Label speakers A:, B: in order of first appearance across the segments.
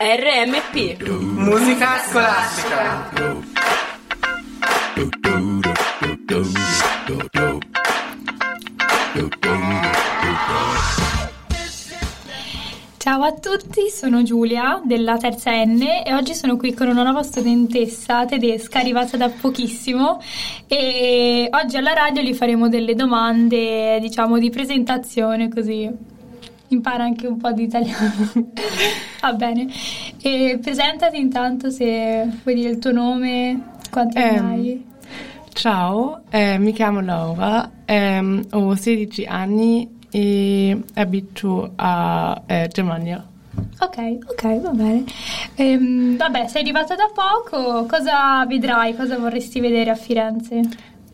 A: RMP
B: Musica scolastica.
C: Ciao a tutti, sono Giulia della terza N e oggi sono qui con una nuova studentessa tedesca arrivata da pochissimo e oggi alla radio gli faremo delle domande diciamo di presentazione così impara anche un po' di italiano. Va bene, e presentati intanto se vuoi dire il tuo nome, quanti anni
D: Ehm,
C: hai.
D: Ciao, eh, mi chiamo Laura, ehm, ho 16 anni e abito a eh, Germania.
C: Ok, ok, va bene. Ehm, vabbè, sei arrivata da poco, cosa vedrai, cosa vorresti vedere a Firenze?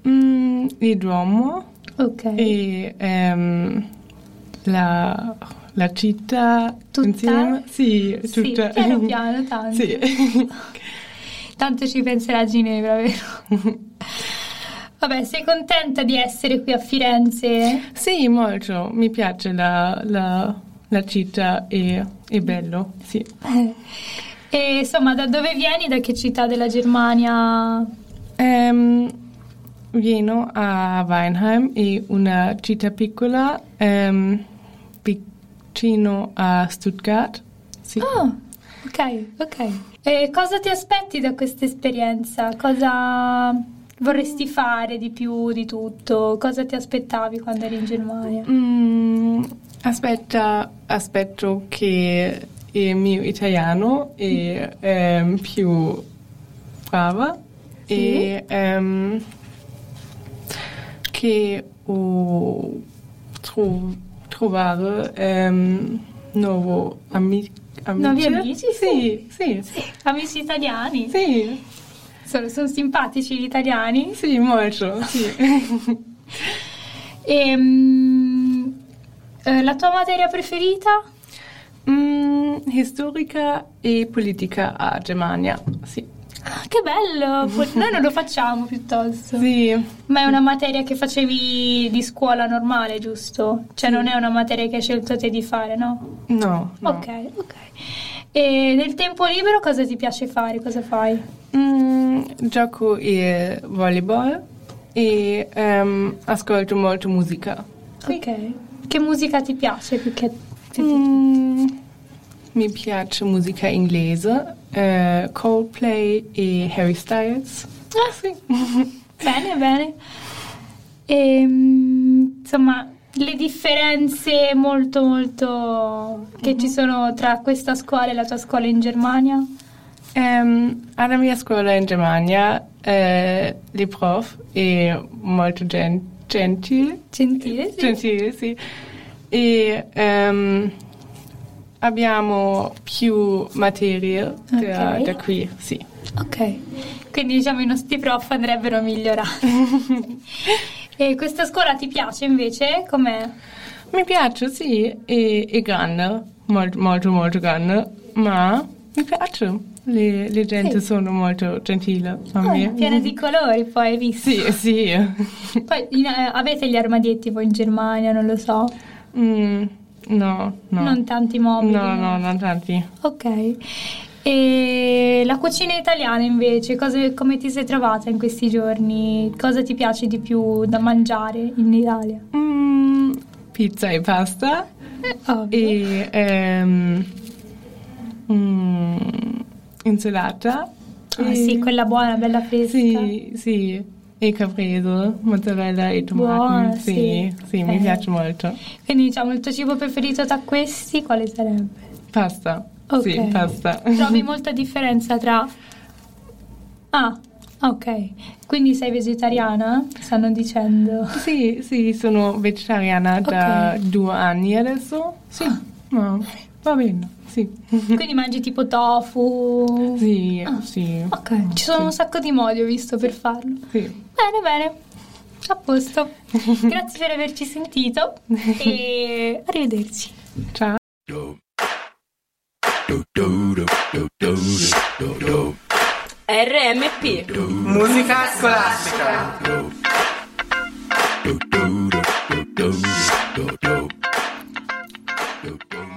D: Mm, il Duomo
C: Ok.
D: e ehm, la, la città
C: Tutta?
D: insieme. Sì,
C: Sì,
D: tutta.
C: piano piano, tanto.
D: Sì.
C: Tanto ci penserà a Ginevra, vero? Vabbè, sei contenta di essere qui a Firenze?
D: Sì, molto, mi piace la, la- la città e è bello, sì.
C: E insomma, da dove vieni? Da che città della Germania?
D: Ehm, Vieno a Weinheim è una città piccola ehm, vicino a Stuttgart. Sì.
C: Ah, ok, ok. E cosa ti aspetti da questa esperienza? Cosa vorresti fare di più di tutto? Cosa ti aspettavi quando eri in Germania?
D: Mm, aspetta, aspetto che eh, il mio italiano è ehm, più brava e ehm, che ho tro- trovare ehm, nuovo ami- amici.
C: Nuovi amici,
D: Sì, sì, sì.
C: Amici italiani?
D: Sì,
C: Sono, sono simpatici gli italiani?
D: sì, molto, sì.
C: Ehm, eh, la tua materia preferita?
D: Mm, historica e politica a Germania, sì.
C: Ah, che bello! Pu- Noi non lo facciamo piuttosto.
D: Sì,
C: Ma è una materia che facevi di scuola normale, giusto? Cioè non è una materia che hai scelto te di fare, no?
D: no. no.
C: Ok, ok. E nel tempo libero cosa ti piace fare? Cosa fai?
D: Mm, gioco e volleyball e ehm, ascolto molto musica.
C: Ok. Che musica ti piace più che...
D: Mm, mi piace musica inglese, eh, Coldplay e Harry Styles.
C: Ah, sì. bene, bene. Ehm, insomma, le differenze molto, molto che ci sono tra questa scuola e la tua scuola in Germania?
D: Ehm, alla mia scuola in Germania eh, le prof è molto gen- gentile
C: Gentile, sì.
D: Gentile, sì. E ehm, abbiamo più materie da,
C: Ok.
D: da qui, sì.
C: Ok. Quindi diciamo i nostri prof andrebbero migliorati. e questa scuola ti piace invece? Com'è?
D: Mi piace, sì, è, è grande, molto, molto, molto grande, ma mi piace. Le, le gente
C: Sì.
D: sono molto gentili a
C: Oh,
D: me.
C: piena di colori, poi hai visto.
D: Sì, sì.
C: Poi in- eh, avete gli armadietti voi in Germania, non lo so.
D: Mm, no, no.
C: Non tanti mobili.
D: No, no, non tanti.
C: Ok. E la cucina italiana invece, cosa- come ti sei trovata in questi giorni? Cosa ti piace di più da mangiare in Italia?
D: Mm, pizza e pasta.
C: Eh, ovvio.
D: E ehm, mm, insalata.
C: Ah,
D: E-
C: sì, quella buona, bella fresca.
D: Sì, sì. E caprese, mozzarella e tomati.
C: Buona,
D: sì,
C: sì.
D: sì, mi
C: Eh.
D: piace molto.
C: Quindi diciamo il tuo cibo preferito tra questi quale sarebbe?
D: Pasta.
C: Ok.
D: Sì, pasta.
C: Trovi molta differenza tra... Ah, ok. Quindi sei vegetariana? Stanno dicendo.
D: Sì, sì, sono vegetariana da
C: Ok. Ah.
D: due anni adesso. Sì, ma va bene, sì.
C: Quindi mangi tipo tofu?
D: Sì,
C: Ah.
D: sì.
C: Ok, ci sono un sacco di modi ho visto per farlo.
D: Sì.
C: Bene, bene. A posto. Grazie per averci sentito e arrivederci.
D: Ciao.
A: RMP
B: Musica scolastica.
E: do do do do do do dum, dum.